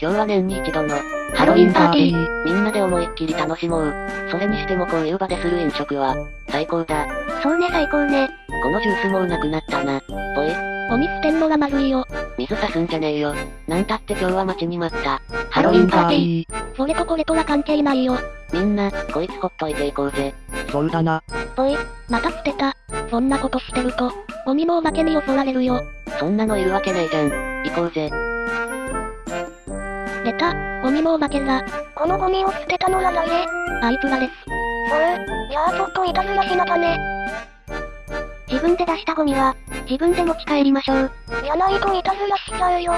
今日は年に一度の、ハロウィンパーティー。みんなで思いっきり楽しもう。それにしてもこういう場でする飲食は、最高だ。そうね最高ね。このジュースもうなくなったな。ぽい。お水てんのがまずいよ。水さすんじゃねえよ。なんたって今日は待ちに待った。ハロウィンパーティそれとこれとは関係ないよ。みんな、こいつほっといていこうぜ。そうだな。ぽい。また捨てた。そんなことしてると、ゴミもおまけに襲われるよ。そんなのいるわけねえじゃん。行こうぜ。出た。ゴミもおまけだ。このゴミを捨てたのは誰あいつらです。うじゃあちょっといたずらしなかね。自分で出したゴミは、自分で持ち帰りましょう。やないといたずらしちゃうよ。